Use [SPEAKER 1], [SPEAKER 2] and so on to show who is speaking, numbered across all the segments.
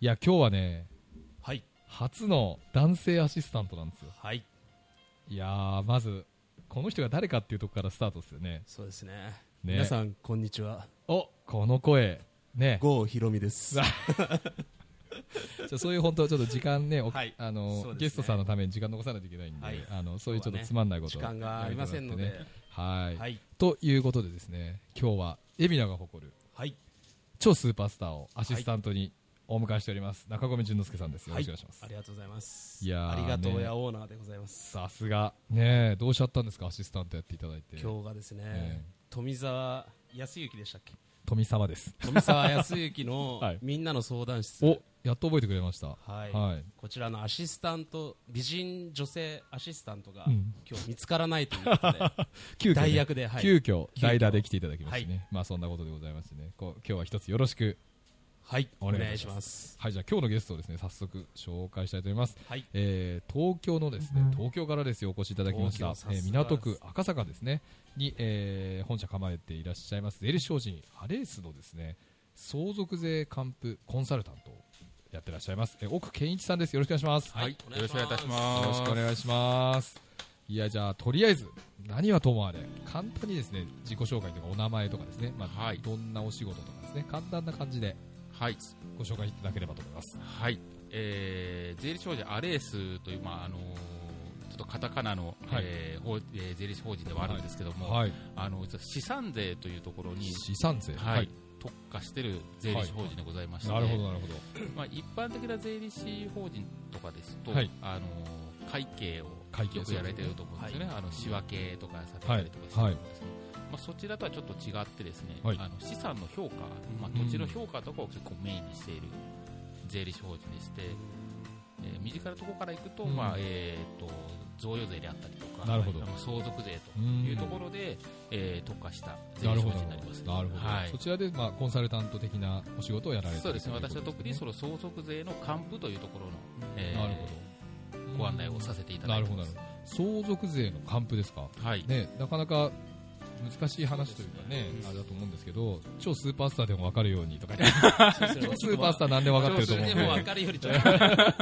[SPEAKER 1] いや、今日はね、
[SPEAKER 2] はい。
[SPEAKER 1] 初の男性アシスタントなんですよ。
[SPEAKER 2] はい。
[SPEAKER 1] いやー、まず、この人が誰かっていうとこからスタートですよね。
[SPEAKER 2] そうですね。
[SPEAKER 1] ね
[SPEAKER 2] 皆さん、こんにちは。
[SPEAKER 1] おこの声。ね。
[SPEAKER 2] 郷ひろみです。
[SPEAKER 1] わじゃあそういう本当、ちょっと時間ね、お
[SPEAKER 2] はい
[SPEAKER 1] あ
[SPEAKER 2] そう
[SPEAKER 1] の、
[SPEAKER 2] ですね
[SPEAKER 1] ゲストさんのために時間残さないといけないんで、
[SPEAKER 2] はい
[SPEAKER 1] あの、そういうちょっとつまんないこと
[SPEAKER 2] 時間がありませんの
[SPEAKER 1] やめて
[SPEAKER 2] で。
[SPEAKER 1] もらってね。はい,、
[SPEAKER 2] はい。
[SPEAKER 1] ということでですね、今日は、海老名が誇る
[SPEAKER 2] はい。
[SPEAKER 1] 超スーパースターをアシスタントにお迎えしております。中込淳之介さんです。よろしくお願いします。
[SPEAKER 2] ありがとうございます。
[SPEAKER 1] いやー
[SPEAKER 2] ありがとう
[SPEAKER 1] ね
[SPEAKER 2] やオーナーでございます。
[SPEAKER 1] さすが。ねえどうしちゃったんですか、アシスタントやっていただいて。
[SPEAKER 2] 今日がですね
[SPEAKER 1] え、
[SPEAKER 2] 富澤康之でしたっけ
[SPEAKER 1] 富沢です。
[SPEAKER 2] 富澤康之 の
[SPEAKER 1] はい
[SPEAKER 2] みんなの相談室。
[SPEAKER 1] おやっと覚えてくれました。
[SPEAKER 2] はい、
[SPEAKER 1] はい
[SPEAKER 2] こちらのアシスタント、美人女性アシスタントが、
[SPEAKER 1] うん
[SPEAKER 2] 今日見つからないということで、
[SPEAKER 1] 急遽、ね、
[SPEAKER 2] 代役ではい
[SPEAKER 1] 急遽
[SPEAKER 2] 急遽
[SPEAKER 1] 代打で来ていただきましてね、まあそんなことでございましてね、こう今日は一つよろしく、
[SPEAKER 2] はい、
[SPEAKER 1] お
[SPEAKER 2] お
[SPEAKER 1] 願い
[SPEAKER 2] 願いします。
[SPEAKER 1] はいじゃあ今日のゲストをですね早速紹介したいと思います。
[SPEAKER 2] はい、
[SPEAKER 1] えー東京のですね東京からですよお越しいただきました、
[SPEAKER 2] 東京
[SPEAKER 1] えー
[SPEAKER 2] さすがです
[SPEAKER 1] 港区赤坂ですねに、えー本社構えていらっしゃいます税理士法人アレースのですね相続税還付コンサルタントをやってらっしゃいます、えー奥健一さんですよろしくお願いします。
[SPEAKER 2] はい
[SPEAKER 3] よろしくお願いいたします。
[SPEAKER 1] よろしくお願いします。いや、じゃあ、とりあえず、何はともあれ、簡単にですね、自己紹介とかお名前とかですね、まあ、
[SPEAKER 3] はい
[SPEAKER 1] どんなお仕事とかですね、簡単な感じで
[SPEAKER 3] はい。
[SPEAKER 1] ご紹介いただければと思います。
[SPEAKER 3] はい。えー、税理士法人アレースという、まあ、あのーちょっとカタカナの、
[SPEAKER 1] はい
[SPEAKER 3] えー法えー税理士法人ではあるんですけども、
[SPEAKER 1] はい。
[SPEAKER 3] あの実は資産税というところに、
[SPEAKER 1] 資産税。
[SPEAKER 3] はい特化している税理士法人でございまして、
[SPEAKER 1] なるほど、なるほど。
[SPEAKER 3] まあ、一般的な税理士法人とかですと、
[SPEAKER 1] はい
[SPEAKER 3] あのー会計を
[SPEAKER 1] 会計
[SPEAKER 3] よくやられてると思うんですよね、あの仕分けとかされたりとかして
[SPEAKER 1] はい
[SPEAKER 3] ると思うんですけど、まあ、そちらとはちょっと違って、ですね、
[SPEAKER 1] はい
[SPEAKER 3] あの資産の評価、まあ、
[SPEAKER 1] うん
[SPEAKER 3] 土地の評価とかを結構メインにしている税理士法人でして、えー身近なところからいくと,、
[SPEAKER 1] うん
[SPEAKER 3] まあえー、と、贈与税であったりとか、
[SPEAKER 1] なるほど
[SPEAKER 3] まあ相続税というところで、えー特化した税
[SPEAKER 1] な
[SPEAKER 3] 理
[SPEAKER 1] る
[SPEAKER 3] 士
[SPEAKER 1] ほ
[SPEAKER 3] 法
[SPEAKER 1] ど
[SPEAKER 3] 人になります。。
[SPEAKER 1] なるほど。
[SPEAKER 3] はい
[SPEAKER 1] そちらで、まあ、コンサルタント的なお仕事をやられている
[SPEAKER 3] そうですね
[SPEAKER 1] とい
[SPEAKER 3] 私は
[SPEAKER 1] こと
[SPEAKER 3] 特にその相続税の還付というところの、えー
[SPEAKER 1] なるほど。
[SPEAKER 3] ご案内をさせていただ
[SPEAKER 1] ないる
[SPEAKER 3] て
[SPEAKER 1] ほど、
[SPEAKER 3] ま
[SPEAKER 1] な
[SPEAKER 3] す
[SPEAKER 1] るほど。相続税の還付ですか
[SPEAKER 3] はい、
[SPEAKER 1] ね、なかなか難しい話というかね
[SPEAKER 3] そうですね
[SPEAKER 1] あれだと思うんですけど超スーパースターでも分かるように とか超スーパースター
[SPEAKER 2] ー
[SPEAKER 1] なんで分かってると思うん
[SPEAKER 2] で
[SPEAKER 1] で
[SPEAKER 2] も分かるよりち ょっと、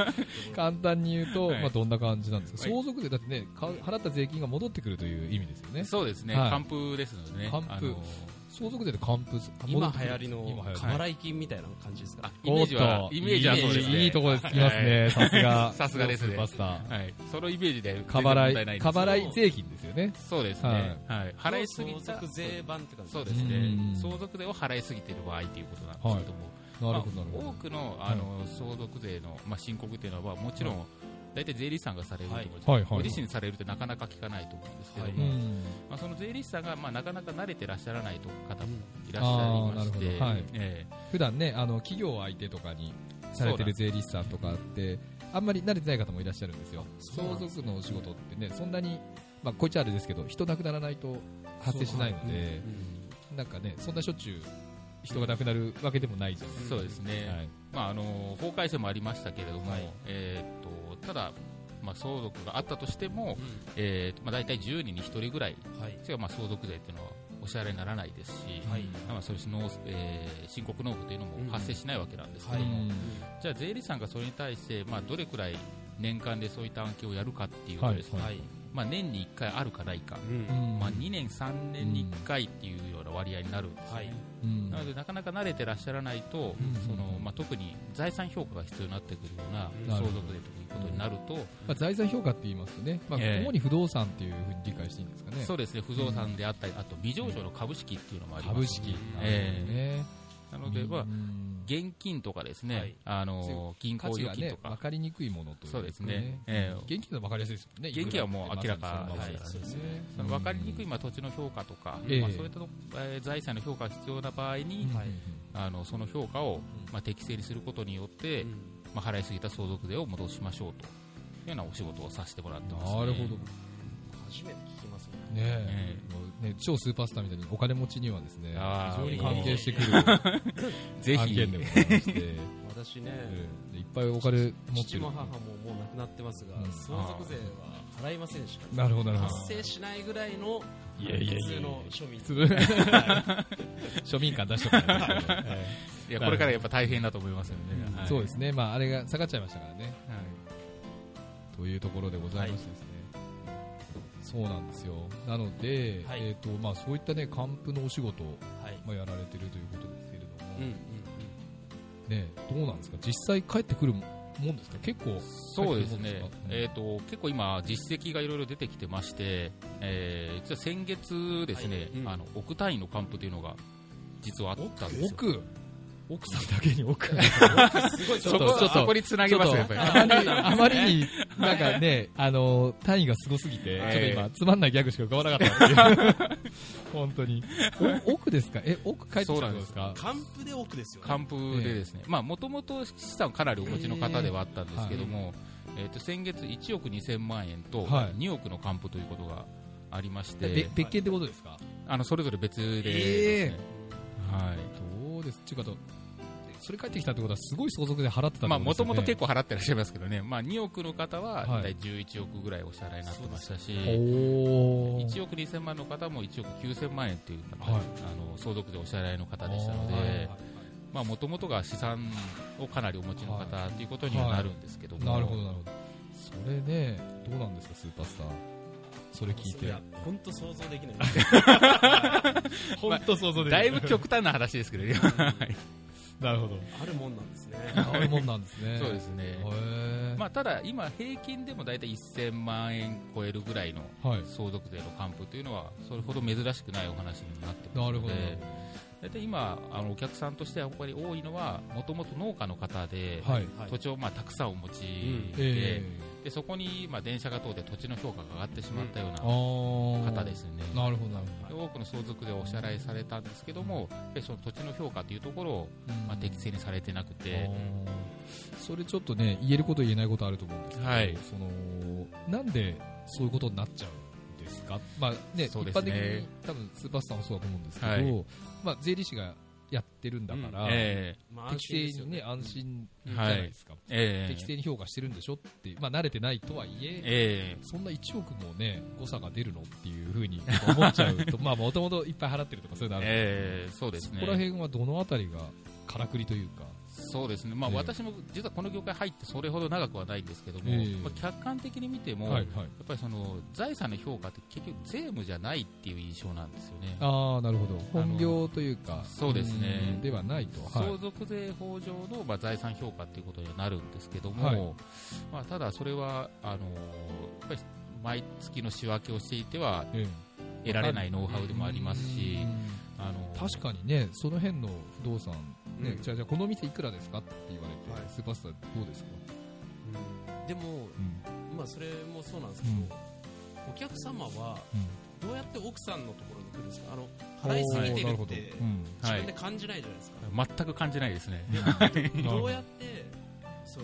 [SPEAKER 1] 簡単に言うと、
[SPEAKER 3] はい
[SPEAKER 1] まあ、どんな感じなんですか、
[SPEAKER 3] はい
[SPEAKER 1] 相続税だってねか払った税金が戻ってくるという意味ですよね
[SPEAKER 3] そうですね、
[SPEAKER 1] はい
[SPEAKER 3] 還付ですのでね、
[SPEAKER 1] 還付
[SPEAKER 3] あの
[SPEAKER 1] 相続税で還付す
[SPEAKER 2] 今流行り
[SPEAKER 1] 今
[SPEAKER 2] の
[SPEAKER 1] 流行り
[SPEAKER 2] 過払い金みたいな感じですか
[SPEAKER 3] あ、イメージ
[SPEAKER 1] お
[SPEAKER 3] は
[SPEAKER 1] っ、と
[SPEAKER 3] イメージはそうですね、
[SPEAKER 1] いいところでつきますねさすが
[SPEAKER 3] さすがですね
[SPEAKER 1] 超スーパース
[SPEAKER 3] はい、そのイメージで、
[SPEAKER 1] ター過
[SPEAKER 3] 全然
[SPEAKER 1] 払
[SPEAKER 3] 問題ないんです
[SPEAKER 1] 過
[SPEAKER 3] けど
[SPEAKER 1] 払い税金ですよね
[SPEAKER 3] そうですね、はい払いすぎ
[SPEAKER 2] 相
[SPEAKER 3] た
[SPEAKER 2] 続、税版って感じ
[SPEAKER 3] そうですね
[SPEAKER 1] うん、
[SPEAKER 3] 相続税を払いすぎてる場合ということなんですけども、
[SPEAKER 1] なるほど
[SPEAKER 3] ま
[SPEAKER 1] なるほ
[SPEAKER 3] あ
[SPEAKER 1] ど
[SPEAKER 3] 多くのあの相続税のまあ申告というのは、もちろん、大体税理士さんがされると思うんですけど
[SPEAKER 1] はいはいはい
[SPEAKER 3] ご自身でされるってなかなか聞かないと思うんですけど
[SPEAKER 2] は
[SPEAKER 3] も
[SPEAKER 2] い、
[SPEAKER 1] うん
[SPEAKER 3] まあ、その税理士さんが、まあ、なかなか慣れてらっしゃらないと方
[SPEAKER 2] う
[SPEAKER 3] も
[SPEAKER 2] ん
[SPEAKER 3] いらっしゃいまし
[SPEAKER 1] あーなるほ
[SPEAKER 3] て、
[SPEAKER 1] どはい
[SPEAKER 3] え
[SPEAKER 1] 普段ねあの企業相手とかにされてる税理士さんとかってあんまり慣れてない方もいらっしゃるんですよ
[SPEAKER 2] そうな
[SPEAKER 1] 相
[SPEAKER 2] んです
[SPEAKER 1] 続のお仕事ってねそんなにまあこいつあれですけど人亡くならないと発生しないのでなんかねそんなしょっちゅう人が亡くなるわけでもないじゃない
[SPEAKER 3] えそうですね、
[SPEAKER 1] はい
[SPEAKER 3] まあ、あの法改正もありましたけれども、
[SPEAKER 2] はい
[SPEAKER 3] えーっとただ、まあ、相続があったとしても、
[SPEAKER 2] う
[SPEAKER 3] えーっとまあ、大体10人に1人ぐらい
[SPEAKER 2] んはい、
[SPEAKER 3] しか、まあ、相続税っていうのはお支払いにならないですし、
[SPEAKER 2] はい
[SPEAKER 3] まあ、それし納えー申告納付というのも発生しないわけなんですけ
[SPEAKER 2] は
[SPEAKER 3] ど
[SPEAKER 2] い
[SPEAKER 1] うん
[SPEAKER 3] も、じゃあ税理士さんがそれに対して、まあ、どれくらい年間でそういった案件をやるかっていうとですね、
[SPEAKER 1] はい
[SPEAKER 2] はい、
[SPEAKER 3] まあ、年に1回あるかないか、
[SPEAKER 1] うん
[SPEAKER 3] まあ、2年、3年に1回っていうような割合になるんですね、
[SPEAKER 2] はい
[SPEAKER 1] うん
[SPEAKER 3] なのでなかなか慣れてらっしゃらないと、
[SPEAKER 1] うん
[SPEAKER 3] そのまあ、特に財産評価が必要になってくるような
[SPEAKER 2] うん
[SPEAKER 1] なる
[SPEAKER 3] 相
[SPEAKER 1] ほど
[SPEAKER 3] 続税ということになると、
[SPEAKER 1] まあ財産評価って言いますとねまあ
[SPEAKER 3] ええ
[SPEAKER 1] 主に不動産っていうふうに理解していいんですかね
[SPEAKER 3] そうですね不動産であったり、あと未上場の株式っていうのもあります、
[SPEAKER 1] 株式
[SPEAKER 3] え
[SPEAKER 1] ね
[SPEAKER 3] なので、まあ、
[SPEAKER 1] うん
[SPEAKER 3] 現金とかですね、
[SPEAKER 2] はい
[SPEAKER 3] あの銀行
[SPEAKER 1] 価値
[SPEAKER 3] 預
[SPEAKER 1] が
[SPEAKER 3] 金
[SPEAKER 1] ね
[SPEAKER 3] とか、
[SPEAKER 1] 分かりにくいものという
[SPEAKER 3] そうですね、ええ
[SPEAKER 1] 現金は分かりやすいですもんね
[SPEAKER 3] 現金はもう明らか
[SPEAKER 2] ですよね
[SPEAKER 3] その分かりにくい、
[SPEAKER 1] ま
[SPEAKER 3] まあ、土地の評価とか、
[SPEAKER 1] ええ
[SPEAKER 3] まあ、そういったとこ、えー財産の評価が必要な場合に、
[SPEAKER 1] さ
[SPEAKER 2] はい
[SPEAKER 3] あのその評価を、
[SPEAKER 1] うん
[SPEAKER 3] まあ、適正にすることによって、まあ、払いすぎた相続税を戻しましょうというようなお仕事をさせてもらってます、ね、
[SPEAKER 1] なるほど
[SPEAKER 2] 初めて聞きますね
[SPEAKER 1] ねえもうね超スーパースターみたいにお金持ちにはですね非
[SPEAKER 3] あー
[SPEAKER 1] 常に関係してくる
[SPEAKER 3] ぜ
[SPEAKER 1] 案
[SPEAKER 3] ひ
[SPEAKER 1] 件でございまして
[SPEAKER 2] 私ね、
[SPEAKER 1] ええでいっぱいお金持って
[SPEAKER 2] 父
[SPEAKER 1] る
[SPEAKER 2] も母ももう亡くなってますが、
[SPEAKER 1] うん
[SPEAKER 2] 相続税は払いませんでした
[SPEAKER 1] なるほどなるほど
[SPEAKER 2] 発生しないぐらいの
[SPEAKER 1] いやいやいやいや
[SPEAKER 2] 普通の庶民
[SPEAKER 1] 普通の 庶民感出しとかないと ね
[SPEAKER 3] いやこれからやっぱ大変だと思いますよね、はい
[SPEAKER 1] そうですねまああれが下がっちゃいましたからね
[SPEAKER 3] はい
[SPEAKER 1] というところでございましてですね、そうなんですよなので、
[SPEAKER 2] はい
[SPEAKER 1] えーとまあ、そういったね還付のお仕事を、
[SPEAKER 2] はい
[SPEAKER 1] まあ、やられてるということですけれども、
[SPEAKER 2] うんうんうん
[SPEAKER 1] ね、どうなんですか実際帰ってくるもんですか結構
[SPEAKER 3] そうです
[SPEAKER 1] 帰ってくる
[SPEAKER 3] ね
[SPEAKER 1] もんか、
[SPEAKER 3] えー、と結構今、実績がいろいろ出てきてまして、えー実は先月、ですね、
[SPEAKER 2] はいうん
[SPEAKER 3] あの億単位の還付というのが実はあったんですよ。
[SPEAKER 1] 奥奥さんだけに 奥
[SPEAKER 2] すごいち
[SPEAKER 1] ち
[SPEAKER 2] ょ
[SPEAKER 1] ょ
[SPEAKER 2] っ
[SPEAKER 1] っ
[SPEAKER 2] と
[SPEAKER 1] と
[SPEAKER 3] そこそこにつなげますよ、やっぱり。
[SPEAKER 1] あまりあまり になんかねあの単位がすごすぎて、
[SPEAKER 3] はい
[SPEAKER 1] ちょっと今つまんないギャグしか浮かばなかったっていう 本当にお奥ですかえ奥帰ってきたんですか
[SPEAKER 4] 還付で奥ですよ、ね、
[SPEAKER 3] 還付でですね、まあもともと資産かなりお持ちの方ではあったんですけども、えーと先月1億2000万円と
[SPEAKER 1] はい
[SPEAKER 3] 2億の還付ということがありまして、
[SPEAKER 1] べ別件ってことですか、
[SPEAKER 3] あのそれぞれ別でですね、はい
[SPEAKER 1] どうですっていうかとそれ帰ってきたってことはすごい相続で払ってたってことですよね
[SPEAKER 3] まあもともと結構払ってらっしゃいますけどね、まあ、2億の方は
[SPEAKER 1] は
[SPEAKER 3] 大
[SPEAKER 1] い
[SPEAKER 3] 体11億ぐらいお支払いになってましたし、
[SPEAKER 1] おお
[SPEAKER 3] 1億2000万の方も1億9000万円という、
[SPEAKER 1] はい
[SPEAKER 3] あの相続税お支払いの方でしたので、もともとが資産をかなりお持ちの
[SPEAKER 1] は
[SPEAKER 3] 方ということにはなるんですけども、
[SPEAKER 1] なるほどなるほどそれねどうなんですかスーパースターそれ聞いて
[SPEAKER 4] や本当想像できない
[SPEAKER 1] 本当想像
[SPEAKER 3] だいぶ極端な話ですけ どね、
[SPEAKER 1] なるほど
[SPEAKER 4] あるもんなんですね
[SPEAKER 1] あういうもんなんですね
[SPEAKER 3] そうですね、
[SPEAKER 1] へえ
[SPEAKER 3] まあ、ただ今、平均でも大体1000万円超えるぐらいの
[SPEAKER 1] はい
[SPEAKER 3] 相続税の還付というのは、それほど珍しくないお話になってます
[SPEAKER 1] なる
[SPEAKER 3] の
[SPEAKER 1] ほどなる
[SPEAKER 3] で。大体今あのお客さんとしてはやっぱり多いのはもともと農家の方で、
[SPEAKER 1] ほどはい
[SPEAKER 4] はい
[SPEAKER 3] 土地をまあたくさんお持ちで,、
[SPEAKER 2] ん
[SPEAKER 1] え
[SPEAKER 3] でそこにまあ電車が通って土地の評価が上がってしまったよう
[SPEAKER 1] え
[SPEAKER 3] な
[SPEAKER 1] ああ
[SPEAKER 3] 方ですよね、
[SPEAKER 1] なるほどなる
[SPEAKER 3] で多くの相続税をお支払いされたんですけども、やっぱりその土地の評価というところを
[SPEAKER 1] ほど
[SPEAKER 3] まあ適正にされてなくて、
[SPEAKER 1] あーそれちょっとね言えること言えないことあると思うんですけど、
[SPEAKER 3] はい
[SPEAKER 1] そのなんでそういうことになっちゃうんですか、まあね
[SPEAKER 3] そうで
[SPEAKER 1] 一
[SPEAKER 3] す
[SPEAKER 1] 般
[SPEAKER 3] ね
[SPEAKER 1] 的に多分スーパースターもそうだと思うんですけど、
[SPEAKER 3] はい
[SPEAKER 1] まあ、税理士がやってるんだから、
[SPEAKER 3] え
[SPEAKER 4] まあ安心で
[SPEAKER 1] 適
[SPEAKER 4] す
[SPEAKER 1] 正
[SPEAKER 4] よ
[SPEAKER 1] に、
[SPEAKER 4] ね
[SPEAKER 1] ね、安心
[SPEAKER 3] う
[SPEAKER 1] じ
[SPEAKER 3] ん
[SPEAKER 1] ゃないですか、
[SPEAKER 3] えええ
[SPEAKER 1] 適正に評価してるんでしょって、まあ、慣れてないとはいえ
[SPEAKER 3] え
[SPEAKER 1] そんな1億もね誤差が出るのっていうふうに思っちゃう とまあもともといっぱい払ってるとかそういうのあるんで
[SPEAKER 3] ええそうです
[SPEAKER 1] そこら
[SPEAKER 3] ね、
[SPEAKER 1] 辺はどのあたりがからくりというか、
[SPEAKER 3] そうですねまあ、
[SPEAKER 1] ええ
[SPEAKER 3] 私も実はこの業界入ってそれほど長くはないんですけども、
[SPEAKER 1] ええ
[SPEAKER 3] まあ、客観的に見ても、
[SPEAKER 1] は
[SPEAKER 3] や
[SPEAKER 1] いはい、
[SPEAKER 3] っぱりその財産の評価って結局、税務じゃないっていう印象なんですよね。
[SPEAKER 1] ああなるほど
[SPEAKER 3] の
[SPEAKER 1] 本業というか
[SPEAKER 3] そうですね
[SPEAKER 1] うんではないとはい
[SPEAKER 3] 相続税法上の、まあ、財産評価ということにはなるんですけども、
[SPEAKER 1] はい
[SPEAKER 3] まあ、ただそれはあのーやっぱり毎月の仕分けをしていては
[SPEAKER 1] ええ
[SPEAKER 3] 得られないノウハウでもありますし、
[SPEAKER 1] うん
[SPEAKER 3] あのー
[SPEAKER 1] 確かにねその辺の不動産ね、
[SPEAKER 2] うん
[SPEAKER 1] じゃあじゃあこの店いくらですかって言われて、
[SPEAKER 2] はい
[SPEAKER 1] スーパースターどうですか、
[SPEAKER 2] うんでも、まあ、それもそうなんですけど、お客様はどうやって奥さんのところに来るんですかあの払いすぎてる
[SPEAKER 1] おーなるほ
[SPEAKER 2] っ
[SPEAKER 1] ど
[SPEAKER 2] て
[SPEAKER 1] うん
[SPEAKER 2] 自
[SPEAKER 3] はい
[SPEAKER 2] 分で感じないじゃないですか、
[SPEAKER 3] 全く感じないですね、
[SPEAKER 1] なるほど
[SPEAKER 2] どうやってそう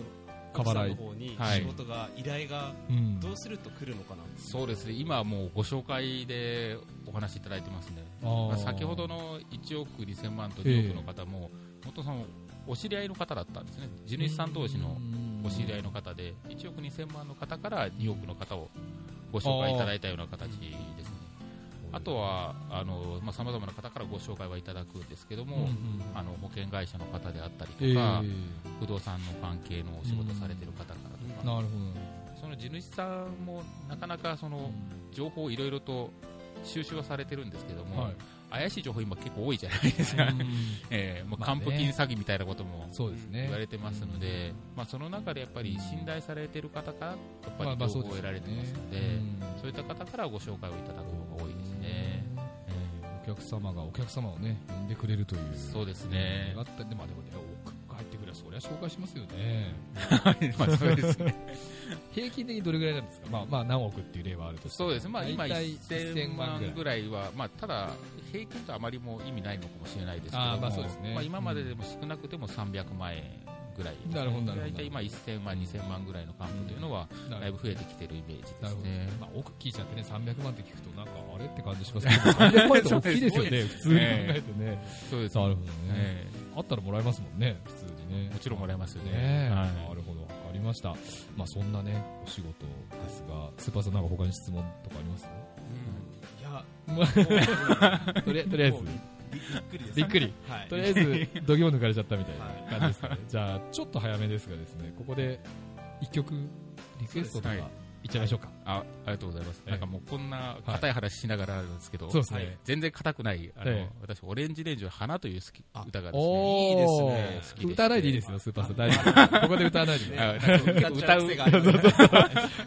[SPEAKER 1] 過
[SPEAKER 2] 奥さん
[SPEAKER 1] 払
[SPEAKER 2] の
[SPEAKER 1] い
[SPEAKER 2] 方に
[SPEAKER 3] はい
[SPEAKER 2] 仕事が、依頼が
[SPEAKER 1] うん
[SPEAKER 2] どうすると来るのかなって
[SPEAKER 3] そうですね今はもうご紹介でお話しいただいてますね、
[SPEAKER 1] あー
[SPEAKER 3] まあ先ほどの1億2000万と2億の方も、元さんお知り合いの方だったんですね、地主さん同士のお知り合いの方で、1億2000万の方から2億の方をご紹介いただいたような形ですね。あとは、あの、まあ、様々な方からご紹介はいただくんですけど
[SPEAKER 1] うんう
[SPEAKER 3] も、
[SPEAKER 1] ん
[SPEAKER 3] あの、保険会社の方であったり
[SPEAKER 1] ええ
[SPEAKER 3] とか、不動産の関係のお仕事されてる方からとか、
[SPEAKER 1] なるほ
[SPEAKER 3] その地主さんもなかなかそ
[SPEAKER 1] ど
[SPEAKER 3] の、情報をいろいろと収集はされてるんですけども、
[SPEAKER 1] はい
[SPEAKER 3] 怪しい情報今結構多いじゃないですか。 ええもう
[SPEAKER 1] まあ
[SPEAKER 3] 還
[SPEAKER 1] ね
[SPEAKER 3] 付金詐欺みたいなことも、
[SPEAKER 1] そうですね
[SPEAKER 3] 言われてますので、まあ、その中でやっぱり信頼されてる方からやっぱ
[SPEAKER 1] まあ
[SPEAKER 3] り
[SPEAKER 1] まあ
[SPEAKER 3] 情
[SPEAKER 1] そ
[SPEAKER 3] 報
[SPEAKER 1] うですよね
[SPEAKER 3] を得られてますので、
[SPEAKER 1] うん
[SPEAKER 3] そういった方からご紹介をいただく方が多いですね。
[SPEAKER 1] お客様がお客様をね呼んでくれるという
[SPEAKER 3] そうですね
[SPEAKER 1] あったんでまあでもね奥が入ってくればそりゃ紹介しますよね
[SPEAKER 3] まあそうですね。
[SPEAKER 1] 平均的にどれぐらいなんですかまあまあ何億っていう例はあるとして
[SPEAKER 3] そうですね。まあ今
[SPEAKER 1] 大体
[SPEAKER 3] 1000
[SPEAKER 1] 1000万
[SPEAKER 3] 万
[SPEAKER 1] ぐ
[SPEAKER 3] ぐ
[SPEAKER 1] らい
[SPEAKER 3] らいは、まあただ平均とあまりも意味ないのかもしれないですけど
[SPEAKER 1] あ
[SPEAKER 3] も、
[SPEAKER 1] ーまあそうですね
[SPEAKER 3] まあ今まででも少なくても300万円ぐらいですね。
[SPEAKER 1] なるほどなるほど
[SPEAKER 3] 大体今1000万、2000万ぐらいの還付というのは、
[SPEAKER 1] な
[SPEAKER 3] だ
[SPEAKER 1] る
[SPEAKER 3] い
[SPEAKER 1] ほ
[SPEAKER 3] ぶ増えてきてるイメージで
[SPEAKER 1] どなる
[SPEAKER 3] す
[SPEAKER 1] ほど
[SPEAKER 3] ね。
[SPEAKER 1] まあ奥聞いちゃってね300万って聞くとなんかあれって感じしますけど300万って大きいですよね普通に考えてね
[SPEAKER 3] そうです
[SPEAKER 1] な
[SPEAKER 3] ね。
[SPEAKER 1] るほどね
[SPEAKER 3] ええ
[SPEAKER 1] あったらもらえますもんね普通ににね
[SPEAKER 3] もちろんもらえますよね
[SPEAKER 1] ね
[SPEAKER 3] はい
[SPEAKER 1] なるほどありましたまあそんなねお仕事ですがスーパーさんなんか他に質問とかあります
[SPEAKER 4] いや、
[SPEAKER 1] とりあとりあえず
[SPEAKER 4] もうびびっくりです。
[SPEAKER 1] びっくり
[SPEAKER 4] はい。
[SPEAKER 1] とりあえず度肝抜かれちゃったみたいな感じですかねじゃあちょっと早めですがですねここで一曲リクエストとか
[SPEAKER 3] そう
[SPEAKER 1] いっ
[SPEAKER 3] ですは
[SPEAKER 1] ちゃいましょうか
[SPEAKER 3] あありがとうございます、
[SPEAKER 1] ええ
[SPEAKER 3] なんかもうこんな硬い話しながらなんですけど、
[SPEAKER 1] そうですね、
[SPEAKER 4] はい
[SPEAKER 3] 全然硬くない、あの
[SPEAKER 1] ええ
[SPEAKER 3] 私、オレンジレンジの花という好き
[SPEAKER 4] あ
[SPEAKER 3] 歌がですね、
[SPEAKER 1] お
[SPEAKER 4] いい
[SPEAKER 1] ー
[SPEAKER 4] です
[SPEAKER 3] ね好きです
[SPEAKER 1] 歌わないでいいですよ、スーパーさん。大丈夫。ここで歌わないで。
[SPEAKER 3] あ
[SPEAKER 4] 歌う
[SPEAKER 3] 歌う
[SPEAKER 4] 癖が あるので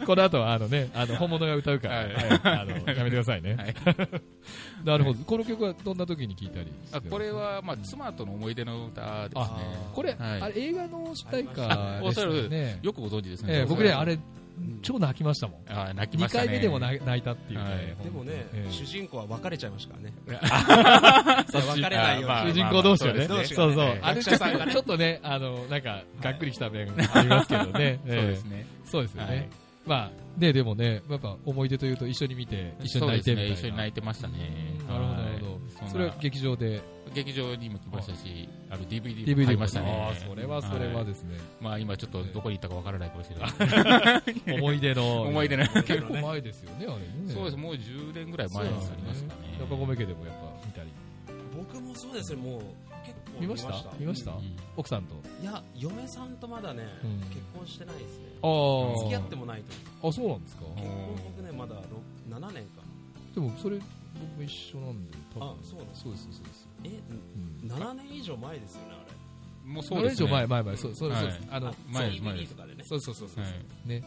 [SPEAKER 1] この後は、あのね、あの、本物が歌うから、
[SPEAKER 3] はい
[SPEAKER 1] はいあの、やめてくださいね。
[SPEAKER 3] はい
[SPEAKER 1] なるほど。この曲はどんな時に聴いたりして
[SPEAKER 3] あ
[SPEAKER 1] ます
[SPEAKER 3] これ、は、まあ、妻との思い出の歌です
[SPEAKER 4] あ
[SPEAKER 3] ね、
[SPEAKER 1] これ、
[SPEAKER 3] はい
[SPEAKER 1] あれ映画の主題歌
[SPEAKER 3] あ
[SPEAKER 1] でしたよ
[SPEAKER 3] おそ
[SPEAKER 1] ね。
[SPEAKER 3] よくご存知ですね、
[SPEAKER 1] ええ僕ね、あれ、
[SPEAKER 4] うん
[SPEAKER 1] 超泣きましたもん。
[SPEAKER 3] あ泣きま
[SPEAKER 1] 2
[SPEAKER 3] したね、
[SPEAKER 1] 回目でも泣泣いたっていう
[SPEAKER 3] はい
[SPEAKER 1] ね。
[SPEAKER 4] でもね、
[SPEAKER 1] ええ
[SPEAKER 4] 主人公は別れちゃいましたか らね。
[SPEAKER 3] そっち
[SPEAKER 4] 別れないように
[SPEAKER 3] あまあ
[SPEAKER 1] 主人公同士は
[SPEAKER 3] ま
[SPEAKER 1] ね、
[SPEAKER 3] あまあそうです
[SPEAKER 1] そ
[SPEAKER 4] そうう
[SPEAKER 1] そう
[SPEAKER 3] ですね、
[SPEAKER 1] あれち
[SPEAKER 4] 役
[SPEAKER 1] ょ
[SPEAKER 4] 者さんが
[SPEAKER 1] っと
[SPEAKER 4] ね
[SPEAKER 1] ちょっとね、あの、なんか、がっくりきた面がありますけどね、
[SPEAKER 3] そう
[SPEAKER 1] え
[SPEAKER 3] で
[SPEAKER 1] え
[SPEAKER 3] すね、
[SPEAKER 1] そうですよ
[SPEAKER 3] はい
[SPEAKER 1] ね。まあ、ね、でもね、やっぱ思い出というと一緒に見て、一緒に泣いてみたい
[SPEAKER 3] そ
[SPEAKER 1] な。
[SPEAKER 3] うですね一緒に泣いてましたね、
[SPEAKER 1] なるほど、なるほ
[SPEAKER 3] は
[SPEAKER 1] ど。
[SPEAKER 3] い
[SPEAKER 1] それは
[SPEAKER 3] んな
[SPEAKER 1] 劇場で、
[SPEAKER 3] 劇場にも来ましたし、あの DVD も
[SPEAKER 1] DVD
[SPEAKER 3] 買いましたね
[SPEAKER 1] ああ、それはそれはですね、
[SPEAKER 3] まあ今ちょっとどこに行ったかわからないかもしれ ない。
[SPEAKER 1] 思い出の。
[SPEAKER 3] 思い出の
[SPEAKER 1] 結構前ですよね、あれね。
[SPEAKER 3] そうです、もう10年ぐらい前になりますかね。
[SPEAKER 1] 中込家でもやっぱ見たり。
[SPEAKER 4] 僕もそうですね、もう結構
[SPEAKER 1] 見ました見ました
[SPEAKER 3] うん
[SPEAKER 1] 奥さんと。
[SPEAKER 4] いや、嫁さんとまだね
[SPEAKER 1] うん、
[SPEAKER 4] 結婚してないですね。
[SPEAKER 1] あ
[SPEAKER 4] 付き合ってもないと思う。
[SPEAKER 1] あ、そうなんですか。
[SPEAKER 3] ん
[SPEAKER 4] 結婚僕ね、まだろ7年か。
[SPEAKER 1] でも、それ、僕も一緒なんで、多分。
[SPEAKER 4] あそうなんです
[SPEAKER 1] そうです、そうです。
[SPEAKER 4] え、
[SPEAKER 1] うん
[SPEAKER 4] 7年以上前ですよね、
[SPEAKER 3] もう
[SPEAKER 1] そ
[SPEAKER 3] そう
[SPEAKER 1] れ
[SPEAKER 3] で
[SPEAKER 1] 以
[SPEAKER 3] す
[SPEAKER 1] 上
[SPEAKER 3] ね。
[SPEAKER 1] 前、前、前、そう、そうです、
[SPEAKER 3] は
[SPEAKER 1] そ
[SPEAKER 3] いう
[SPEAKER 1] です。あ
[SPEAKER 4] あれ。
[SPEAKER 1] の
[SPEAKER 4] あ、
[SPEAKER 3] 前です前
[SPEAKER 4] DVD
[SPEAKER 3] です
[SPEAKER 4] とかでね。
[SPEAKER 1] そうそうそうそう
[SPEAKER 3] はい。
[SPEAKER 1] ね。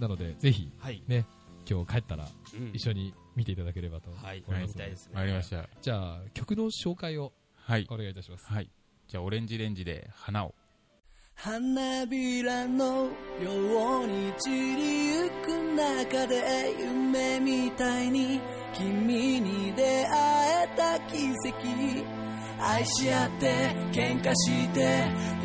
[SPEAKER 1] なので、ぜひ、
[SPEAKER 4] はい。
[SPEAKER 1] 今日帰ったら、
[SPEAKER 4] うん
[SPEAKER 1] 一緒に見ていただければと思い
[SPEAKER 4] はい、
[SPEAKER 1] ま
[SPEAKER 4] 見
[SPEAKER 1] すの
[SPEAKER 4] たい
[SPEAKER 1] で
[SPEAKER 4] で。すね。
[SPEAKER 3] わかりました。
[SPEAKER 1] じゃあ、曲の紹介を
[SPEAKER 3] はい。
[SPEAKER 1] お願いいたします。
[SPEAKER 3] はい。じゃあ、オレンジレンジで花を。
[SPEAKER 5] 花びらのように散りゆく中で夢みたいに君に出会えた奇跡愛し合って喧嘩して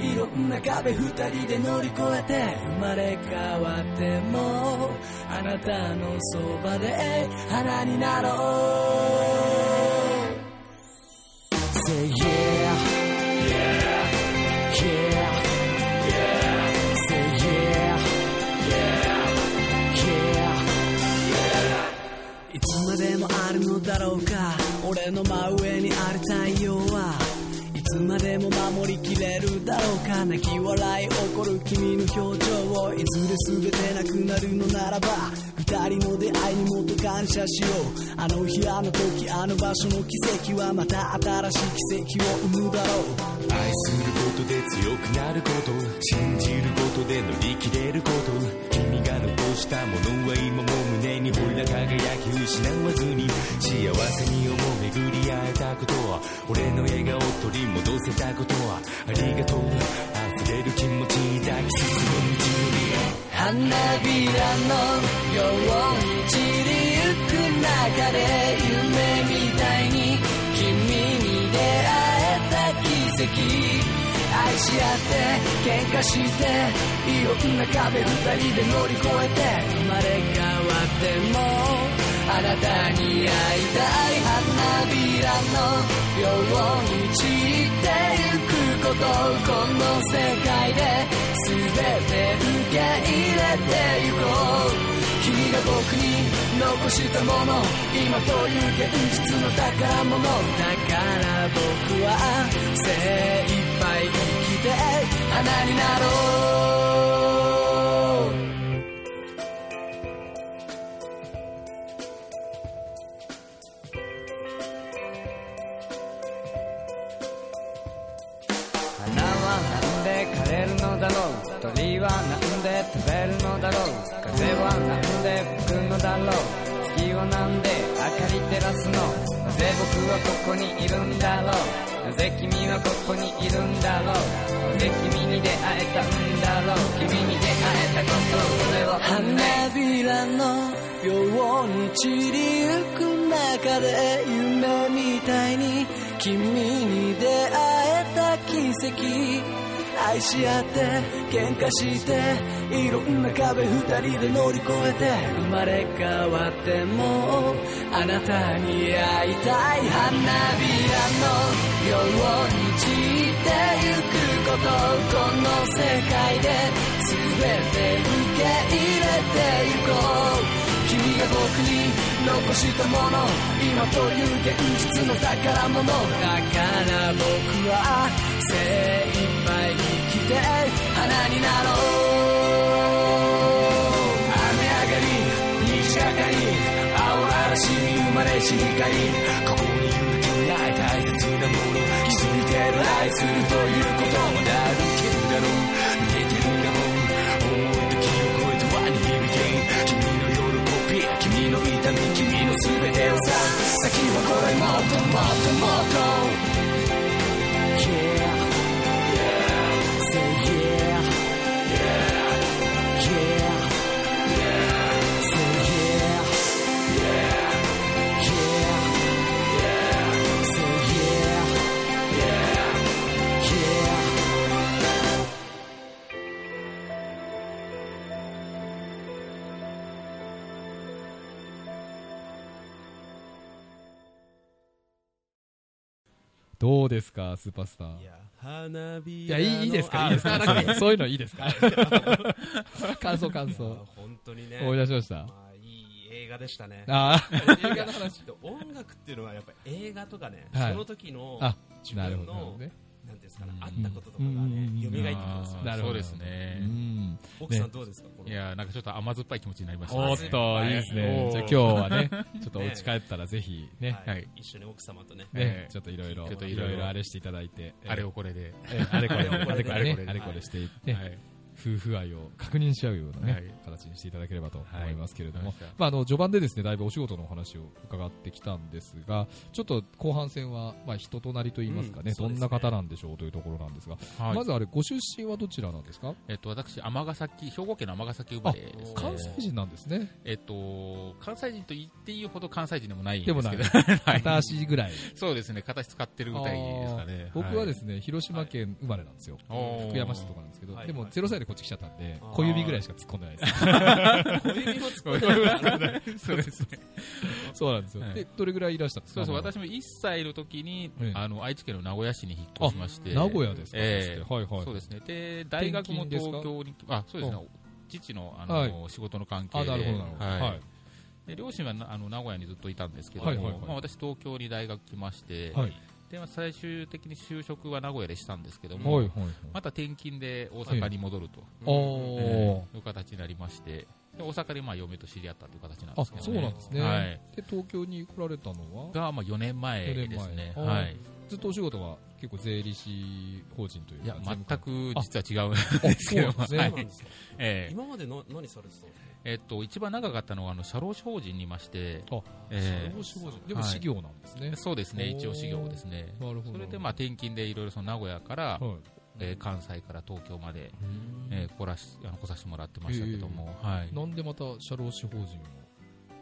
[SPEAKER 5] いろんな壁二人で乗り越えて生まれ変わってもあなたのそばで花になろう Say yeah yeah yeah Say yeah, yeah, yeah. いつまでもあるのだろうか俺の真上にある太陽はいつまでも守りきれるだろうか泣き笑い起こる君の表情をいずれ全てなくなるのならば二人の出会いにもっと感謝しようあの日あの時あの場所の奇跡はまた新しい奇跡を生むだろう
[SPEAKER 6] 愛することで強くなること信じることで乗り切れること君が残したものは今も胸にほら輝き失わずに幸せに思う巡り合えたことは俺の笑顔を取り戻せたことはありがとう溢れる気持ちに抱き進む道に
[SPEAKER 5] 花びらのように散りゆく中で夢みたいに君に出会えた奇跡愛し合って喧嘩していろんな壁二人で乗り越えて生まれ変わってもあなたに会いたい花びらのように散ってゆくこの世界で全て受け入れてゆこう君が僕に残したもの今という現実の宝物だから僕は精一杯生きて花になろう花はなんで枯れるのだろう鳥はなんで飛べるのだろう風はなんで吹くのだろう月はなんで明かり照らすのなぜ僕はここにいるんだろうなぜ君はここにいるんだろうなぜ君に出会えたんだろう君に出会えたことそれは花びらのように散りゆく中で夢みたいに君に出会えた奇跡愛し合って喧嘩していろんな壁二人で乗り越えて生まれ変わってもあなたに会いたい花びらのように散ってゆくこことこの世界で全て受け入れてゆこう君が僕に残したもの今という現実の宝物だから僕は精一杯生きて花になろう雨上がり虹がかり青嵐に生まれし光ここにいる君が大切なもの気づいてる愛するということもだるけるだろう逃げてるんだもん思いと記憶を越えては逃げるゲー君の喜び君の痛み君の全てをさ先はこれもっともっともっと Yeah Say yeah Yeah Yeah Say yeah. Yeah. Yeah. Say yeah. Yeah. Yeah.
[SPEAKER 1] どうですかスーパースター
[SPEAKER 4] いや花火
[SPEAKER 1] いやいいいいですかいいです
[SPEAKER 4] あ
[SPEAKER 1] か
[SPEAKER 4] なんか
[SPEAKER 1] そういうのいいですか感想感
[SPEAKER 4] いや
[SPEAKER 1] 想
[SPEAKER 4] 本当にね
[SPEAKER 1] 思い出しました
[SPEAKER 4] まあいい映画でしたね
[SPEAKER 1] あー
[SPEAKER 4] 映画の話と音楽っていうのはやっぱ映画とかね、
[SPEAKER 1] はい
[SPEAKER 4] その時の
[SPEAKER 1] あ
[SPEAKER 4] 自
[SPEAKER 1] なる
[SPEAKER 4] 分
[SPEAKER 1] ほどなるほ
[SPEAKER 4] の
[SPEAKER 1] どね
[SPEAKER 4] なんていうんですかね、
[SPEAKER 3] うん
[SPEAKER 4] あったこととかがね、
[SPEAKER 1] うん
[SPEAKER 4] 蘇ってきますよ
[SPEAKER 1] なるほど
[SPEAKER 3] そうです
[SPEAKER 1] う
[SPEAKER 3] ね。
[SPEAKER 1] ん
[SPEAKER 4] 奥さんどうですか、こ
[SPEAKER 3] い
[SPEAKER 4] の
[SPEAKER 3] や、なんかちょっと甘酸っぱい気持ちになりましたね。
[SPEAKER 1] おっと、いいですね。じゃあ今日は ね、ちょっとお家帰ったらぜひね、
[SPEAKER 4] はい
[SPEAKER 3] はい
[SPEAKER 4] 一緒に奥様とね、
[SPEAKER 1] ね
[SPEAKER 3] え、え
[SPEAKER 1] ちょっといろいろ、
[SPEAKER 3] ちょっと
[SPEAKER 1] い
[SPEAKER 3] いろいろ
[SPEAKER 1] ろいろあれしていただいて、ええ
[SPEAKER 3] あれをこれで。
[SPEAKER 1] ええあれこれ、あ
[SPEAKER 4] あ
[SPEAKER 1] れ
[SPEAKER 4] れ
[SPEAKER 1] こ
[SPEAKER 4] こ
[SPEAKER 1] れ
[SPEAKER 4] れ
[SPEAKER 1] ね、あれこれしていっ
[SPEAKER 3] は
[SPEAKER 1] て、
[SPEAKER 3] い。
[SPEAKER 1] 夫婦愛を確認し合うような
[SPEAKER 3] は
[SPEAKER 1] ね
[SPEAKER 3] い、
[SPEAKER 1] 形にしていただければと思いますけれども
[SPEAKER 3] はいわかりまし、
[SPEAKER 1] まあ、あの、序盤でですね、だいぶお仕事のお話を伺ってきたんですが、ちょっと後半戦は、まあ、人となりといいますか
[SPEAKER 4] う
[SPEAKER 1] ね
[SPEAKER 4] ん、そ
[SPEAKER 1] ど
[SPEAKER 4] うで
[SPEAKER 1] ん
[SPEAKER 4] すね
[SPEAKER 1] な方なんでしょうというところなんですが、
[SPEAKER 3] はい
[SPEAKER 1] まずあれ、ご出身はどちらなんですか
[SPEAKER 3] えっと、私、尼崎、兵庫県の尼崎生まれですね。
[SPEAKER 1] 関西人なんですね。
[SPEAKER 3] えっと、関西人と言っていいほど関西人でもないん
[SPEAKER 1] で
[SPEAKER 3] で
[SPEAKER 1] も
[SPEAKER 3] す
[SPEAKER 1] な
[SPEAKER 3] け
[SPEAKER 1] い
[SPEAKER 3] ど、。はい
[SPEAKER 1] 片足ぐらい。
[SPEAKER 3] そうですね、形使ってるぐらいですかね、
[SPEAKER 1] あー。僕はですすね、広島県生まれなんですよ。
[SPEAKER 3] おー
[SPEAKER 1] 福山市とかなんですけど、
[SPEAKER 4] はい
[SPEAKER 1] でも
[SPEAKER 4] はい
[SPEAKER 1] 0歳でこっち来ちゃったんで
[SPEAKER 4] あ、ー
[SPEAKER 1] 小指ぐらいしか突っ込んでないです。
[SPEAKER 4] 小指を使う
[SPEAKER 3] そうですね。
[SPEAKER 1] そうなんですよ
[SPEAKER 3] は。い
[SPEAKER 1] で、どれぐらいいらしたんです
[SPEAKER 3] そ
[SPEAKER 1] か
[SPEAKER 3] うそう、
[SPEAKER 1] あの
[SPEAKER 3] 私も1歳の時に
[SPEAKER 1] ええ、
[SPEAKER 3] あの、愛知県の名古屋市に引っ越しまして。
[SPEAKER 1] 名古屋ですか
[SPEAKER 3] ええ
[SPEAKER 1] そしてはいはい
[SPEAKER 3] そうですね。で、大学も
[SPEAKER 1] 転勤ですか
[SPEAKER 3] 東京に、あ、そうですね。父の、あの、
[SPEAKER 1] はい
[SPEAKER 3] 仕事の関係
[SPEAKER 1] あ、
[SPEAKER 3] で。
[SPEAKER 1] なるほど、なるほど。
[SPEAKER 3] は。
[SPEAKER 1] はいい。
[SPEAKER 3] で両親はなあの名古屋にずっといたんですけども、
[SPEAKER 1] はいはいはい
[SPEAKER 3] まあ、私、東京に大学来まして、
[SPEAKER 1] はい。
[SPEAKER 3] でまあ最終的に就職は名古屋でしたんですけども、
[SPEAKER 1] はい、はい。
[SPEAKER 3] また転勤で大阪に戻ると、
[SPEAKER 1] お
[SPEAKER 3] い
[SPEAKER 1] ー。
[SPEAKER 3] う形になりまして、で大阪でまあ嫁と知り合ったという形なん
[SPEAKER 1] あ
[SPEAKER 3] ですけ、ど、
[SPEAKER 1] そうなんですね。
[SPEAKER 3] はい、
[SPEAKER 1] で、東京に来られたのは、
[SPEAKER 3] がまあ4年前ですね、
[SPEAKER 1] 四年前
[SPEAKER 3] はい、
[SPEAKER 1] ずっとお仕事は結構税理士法人という
[SPEAKER 3] いや
[SPEAKER 1] か、
[SPEAKER 3] 全く実は違うんです
[SPEAKER 1] 全
[SPEAKER 3] け
[SPEAKER 1] 部
[SPEAKER 3] ど
[SPEAKER 1] あ、そう
[SPEAKER 4] そ
[SPEAKER 1] な
[SPEAKER 4] うんなんで
[SPEAKER 1] ですね。
[SPEAKER 4] すよ
[SPEAKER 3] ええ
[SPEAKER 4] 今までの何されてたんですか
[SPEAKER 3] えっと、一番長かったのはあの社労士法人にいまして、
[SPEAKER 1] あ
[SPEAKER 3] ええ
[SPEAKER 1] 労士法人。でも、事業なんですね。
[SPEAKER 3] そうですね、一応修行ですね。
[SPEAKER 1] なるほど。
[SPEAKER 3] それでまあ転勤でいろいろその名古屋から、
[SPEAKER 1] はい。
[SPEAKER 3] えー関西から東京まで、えー来らしあの来させてもらってましたけども、はい、
[SPEAKER 1] なんでまた社労士法人を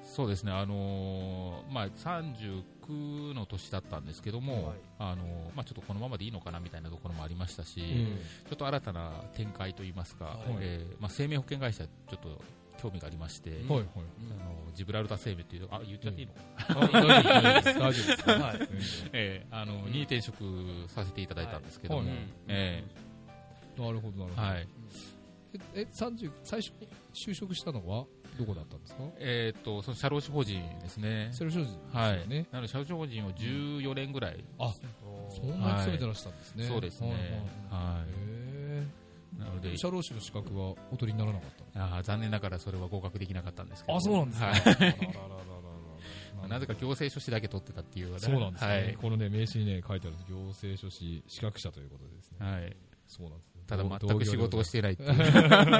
[SPEAKER 3] そうですね、あのーまあ、39の年だったんですけども、
[SPEAKER 4] はい
[SPEAKER 3] あのーまあ、ちょっとこのままでいいのかなみたいなところもありましたし、ち
[SPEAKER 1] え
[SPEAKER 3] ょっと新たな展開といいますか、
[SPEAKER 4] はい
[SPEAKER 3] えーまあ、生命保険会社、ちょっと興味がありまして、
[SPEAKER 1] えはいはい。
[SPEAKER 3] あのージブラルタ生命っていう、あ言っちゃっていいのか
[SPEAKER 1] 大
[SPEAKER 3] な、
[SPEAKER 1] 丈夫です。大丈夫です。
[SPEAKER 4] はい
[SPEAKER 3] えーあのーに転職させていただいたんですけども、
[SPEAKER 1] はいはい
[SPEAKER 3] え
[SPEAKER 1] なるほど、なるほ
[SPEAKER 3] ー
[SPEAKER 1] ど。
[SPEAKER 3] はい
[SPEAKER 1] え、え30最初に就職したのはどこだったんですか
[SPEAKER 3] えーっとその社労士法人ですね。
[SPEAKER 1] セル商事
[SPEAKER 3] は
[SPEAKER 1] ですよね
[SPEAKER 3] い、。なので、社長法人を14年ぐらい、
[SPEAKER 1] あ、そんなに勤めてらしたんですね。
[SPEAKER 3] そうですね、
[SPEAKER 1] はい
[SPEAKER 3] は
[SPEAKER 1] はいへ
[SPEAKER 3] い、なので
[SPEAKER 1] え。、社労士の資格はお取りにならなかった の
[SPEAKER 3] あー残念ながらそれは合格できなかったんですけど、
[SPEAKER 1] あ、そうなんです
[SPEAKER 3] は
[SPEAKER 1] か
[SPEAKER 3] い。
[SPEAKER 1] あら ららららら
[SPEAKER 3] なぜか行政書士だけ取ってたっていう、
[SPEAKER 1] そうなんですね、
[SPEAKER 3] はい
[SPEAKER 1] このね、名刺にね、書いてあるんです行政書士、資格者ということでですね。
[SPEAKER 3] はい、
[SPEAKER 1] そうなんですね。。
[SPEAKER 3] ただ全く仕事をしててない っていう、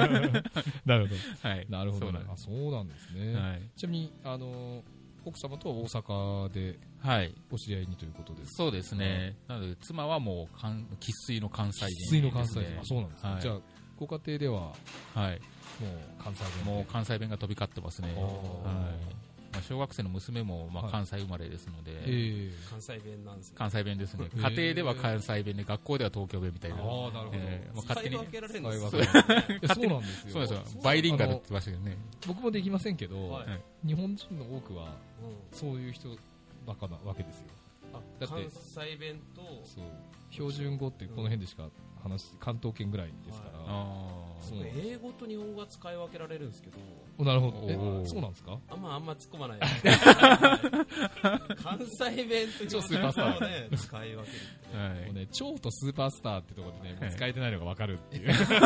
[SPEAKER 1] なるほど。
[SPEAKER 3] はい、
[SPEAKER 1] なるほ
[SPEAKER 3] そ
[SPEAKER 1] ど、
[SPEAKER 3] うな
[SPEAKER 1] ね
[SPEAKER 3] ん。で
[SPEAKER 1] あ、そうなんですね。
[SPEAKER 3] すはい
[SPEAKER 1] ちなみに、あの、奥様とは大阪で
[SPEAKER 3] はい、
[SPEAKER 1] お知り合いにということです
[SPEAKER 3] そうですね、なので妻はもう関生粋の関西人です、
[SPEAKER 1] 水の関西人、あそうなんですね、
[SPEAKER 3] はい
[SPEAKER 1] じゃあご家庭ではも
[SPEAKER 3] はい、
[SPEAKER 1] う関西弁で
[SPEAKER 3] もう関西弁が飛び交ってますね、はいまあ、小学生の娘もま
[SPEAKER 1] は
[SPEAKER 3] あ
[SPEAKER 1] い
[SPEAKER 3] 関西生まれですので、
[SPEAKER 1] ええ
[SPEAKER 4] 関西弁なんですよ
[SPEAKER 3] 関西弁ですね、
[SPEAKER 1] へー
[SPEAKER 3] 家庭では関西弁で、学校では東京弁みたいな、
[SPEAKER 1] ああなるほど、
[SPEAKER 3] えーまあ、勝
[SPEAKER 4] 使
[SPEAKER 3] 手
[SPEAKER 4] い
[SPEAKER 3] に
[SPEAKER 4] 分けられるん
[SPEAKER 1] 会
[SPEAKER 4] です
[SPEAKER 1] 話
[SPEAKER 4] よ
[SPEAKER 1] がいやそうなんですよ
[SPEAKER 3] そうですよ、バイリンガルって言ってましたけどね。
[SPEAKER 1] 僕もできませんけど、
[SPEAKER 4] はい
[SPEAKER 1] 日本人の多くは
[SPEAKER 4] うん
[SPEAKER 1] そういう人ばかなわけですよ
[SPEAKER 4] あ
[SPEAKER 1] だって
[SPEAKER 4] 関西弁と
[SPEAKER 1] そう標準語ってこの辺でしか話関東圏ぐらいですから、
[SPEAKER 3] あー
[SPEAKER 1] そう
[SPEAKER 2] 僕英語と日本語が使い分けられるんですけど
[SPEAKER 1] おなるほどえ
[SPEAKER 3] おー
[SPEAKER 1] そうなんですか
[SPEAKER 2] あんまあんま突っ込ま ない関西弁と
[SPEAKER 1] 超スーパースター
[SPEAKER 2] そうね使い分ける
[SPEAKER 3] はい
[SPEAKER 1] もうね、超とスーパースターってところでね、もう使えてないのがわかるって いう。スー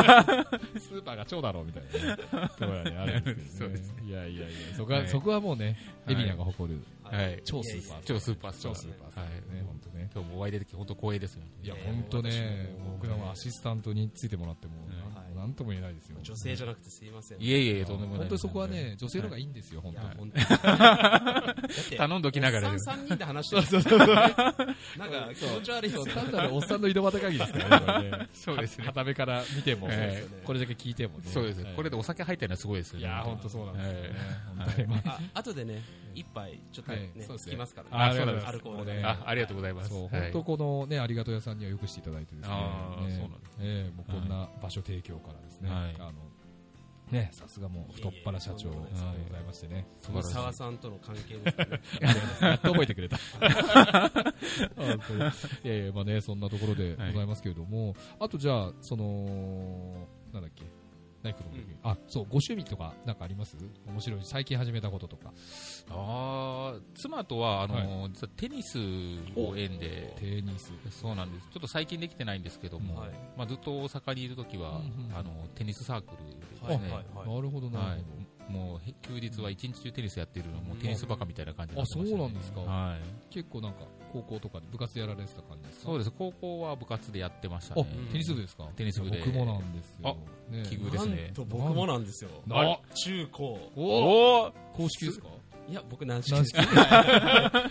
[SPEAKER 1] パーが超だろうみたいなね、ところがね、あるんですけど、ね
[SPEAKER 3] そうで。
[SPEAKER 1] いやいやいや、そこは、
[SPEAKER 3] はい
[SPEAKER 1] そこはもうね、
[SPEAKER 3] は
[SPEAKER 1] エ
[SPEAKER 3] い
[SPEAKER 1] ビナが誇る、
[SPEAKER 3] はい
[SPEAKER 1] 超スーパースター。
[SPEAKER 3] 超スーパースター
[SPEAKER 1] 超スーパースターだよね、
[SPEAKER 3] はい
[SPEAKER 1] 本当ね。
[SPEAKER 3] 今日もお会いできて本当光栄ですよね
[SPEAKER 1] いや、
[SPEAKER 2] いや
[SPEAKER 1] 本当ね
[SPEAKER 2] 私も、
[SPEAKER 1] 僕らもアシスタントについてもらっても、
[SPEAKER 2] はい
[SPEAKER 1] なんとも言えないですよ。
[SPEAKER 2] 女性じゃなくてすいません
[SPEAKER 3] いえいえとんでもな
[SPEAKER 1] 本
[SPEAKER 3] い
[SPEAKER 1] 当にそこはね、女性の方がいいんですよ、
[SPEAKER 2] い
[SPEAKER 1] 本
[SPEAKER 2] や
[SPEAKER 1] 当に。
[SPEAKER 2] 本当にだって
[SPEAKER 3] 頼んどきながら
[SPEAKER 2] お
[SPEAKER 3] で
[SPEAKER 2] っ
[SPEAKER 3] す
[SPEAKER 2] さん3人で話してるなんか気持ち悪い
[SPEAKER 1] そう
[SPEAKER 2] 人
[SPEAKER 1] 単なるおっさんの井戸端会議ですからねこれね、
[SPEAKER 3] そうですね
[SPEAKER 1] はためから見ても、
[SPEAKER 3] はい
[SPEAKER 1] そうですよねこれだけ聞いてもね
[SPEAKER 3] そうです
[SPEAKER 1] は
[SPEAKER 3] ね
[SPEAKER 1] い
[SPEAKER 3] これでお酒入ったのはすごいですよ
[SPEAKER 1] い
[SPEAKER 3] ね
[SPEAKER 1] やー、本当そうなんですよね
[SPEAKER 3] はい
[SPEAKER 1] 本当にまあ
[SPEAKER 2] あ後でね一杯ちょっとね
[SPEAKER 1] はいそうですね
[SPEAKER 2] 聞きますから
[SPEAKER 1] あ
[SPEAKER 3] あそうなんです
[SPEAKER 2] アルコール
[SPEAKER 1] もう
[SPEAKER 2] で
[SPEAKER 1] ね
[SPEAKER 3] あありがとうございます
[SPEAKER 1] そう、
[SPEAKER 3] はい
[SPEAKER 1] 本当このね、ありがとう屋さんにはよくしていただいてですね。
[SPEAKER 3] あー
[SPEAKER 1] ね
[SPEAKER 3] そうなんで
[SPEAKER 1] ええもうこんな場所提供からですね。
[SPEAKER 3] はい
[SPEAKER 1] あの、ね、さすがもう太っ腹社長
[SPEAKER 2] い
[SPEAKER 1] でご
[SPEAKER 2] えいえ
[SPEAKER 1] ざいましてね。
[SPEAKER 3] 素晴らしい
[SPEAKER 2] 沢さんとの関係ですからね
[SPEAKER 1] やっと覚えてくれた。 本当にいやいや、まあね、そんなところでございますけれども、あとじゃあ、その、なんだっけ。ナイフの部分あ、そう、ご趣味とか、なんかあります面白い、最近始めたこととか。
[SPEAKER 3] ああ妻とはあのー、実はテニスを縁で
[SPEAKER 1] テニス。
[SPEAKER 3] そうなんですちょっと最近できてないんですけども、
[SPEAKER 2] はい
[SPEAKER 3] まあ、ずっと大阪にいるとき
[SPEAKER 1] う
[SPEAKER 3] は、
[SPEAKER 1] んうん
[SPEAKER 3] あのテニスサークルです
[SPEAKER 2] はい
[SPEAKER 3] ね、
[SPEAKER 2] はいはい
[SPEAKER 1] なるほど、な
[SPEAKER 3] は
[SPEAKER 1] る
[SPEAKER 3] いもうへ休日は一日中テニスやってるのもうテニスバカみたいな感じ
[SPEAKER 1] ほ
[SPEAKER 3] に
[SPEAKER 1] ど。
[SPEAKER 3] な
[SPEAKER 1] あ、
[SPEAKER 3] って
[SPEAKER 1] そ
[SPEAKER 3] ました
[SPEAKER 1] うなんです
[SPEAKER 3] ね
[SPEAKER 1] か。
[SPEAKER 3] はい、
[SPEAKER 1] 結構なんか高校とかで部活やられてた感じですか
[SPEAKER 3] そうです高校は部活でやってました
[SPEAKER 1] あ、
[SPEAKER 3] ね
[SPEAKER 1] テニス部ですか
[SPEAKER 3] テニス部で
[SPEAKER 1] 僕もなんですよ。ね
[SPEAKER 3] 器具です
[SPEAKER 2] なん
[SPEAKER 3] ね
[SPEAKER 2] と僕もなんですよ
[SPEAKER 1] あら
[SPEAKER 2] 中高
[SPEAKER 1] お公式ですか
[SPEAKER 2] いや僕軟式
[SPEAKER 1] 軟
[SPEAKER 2] で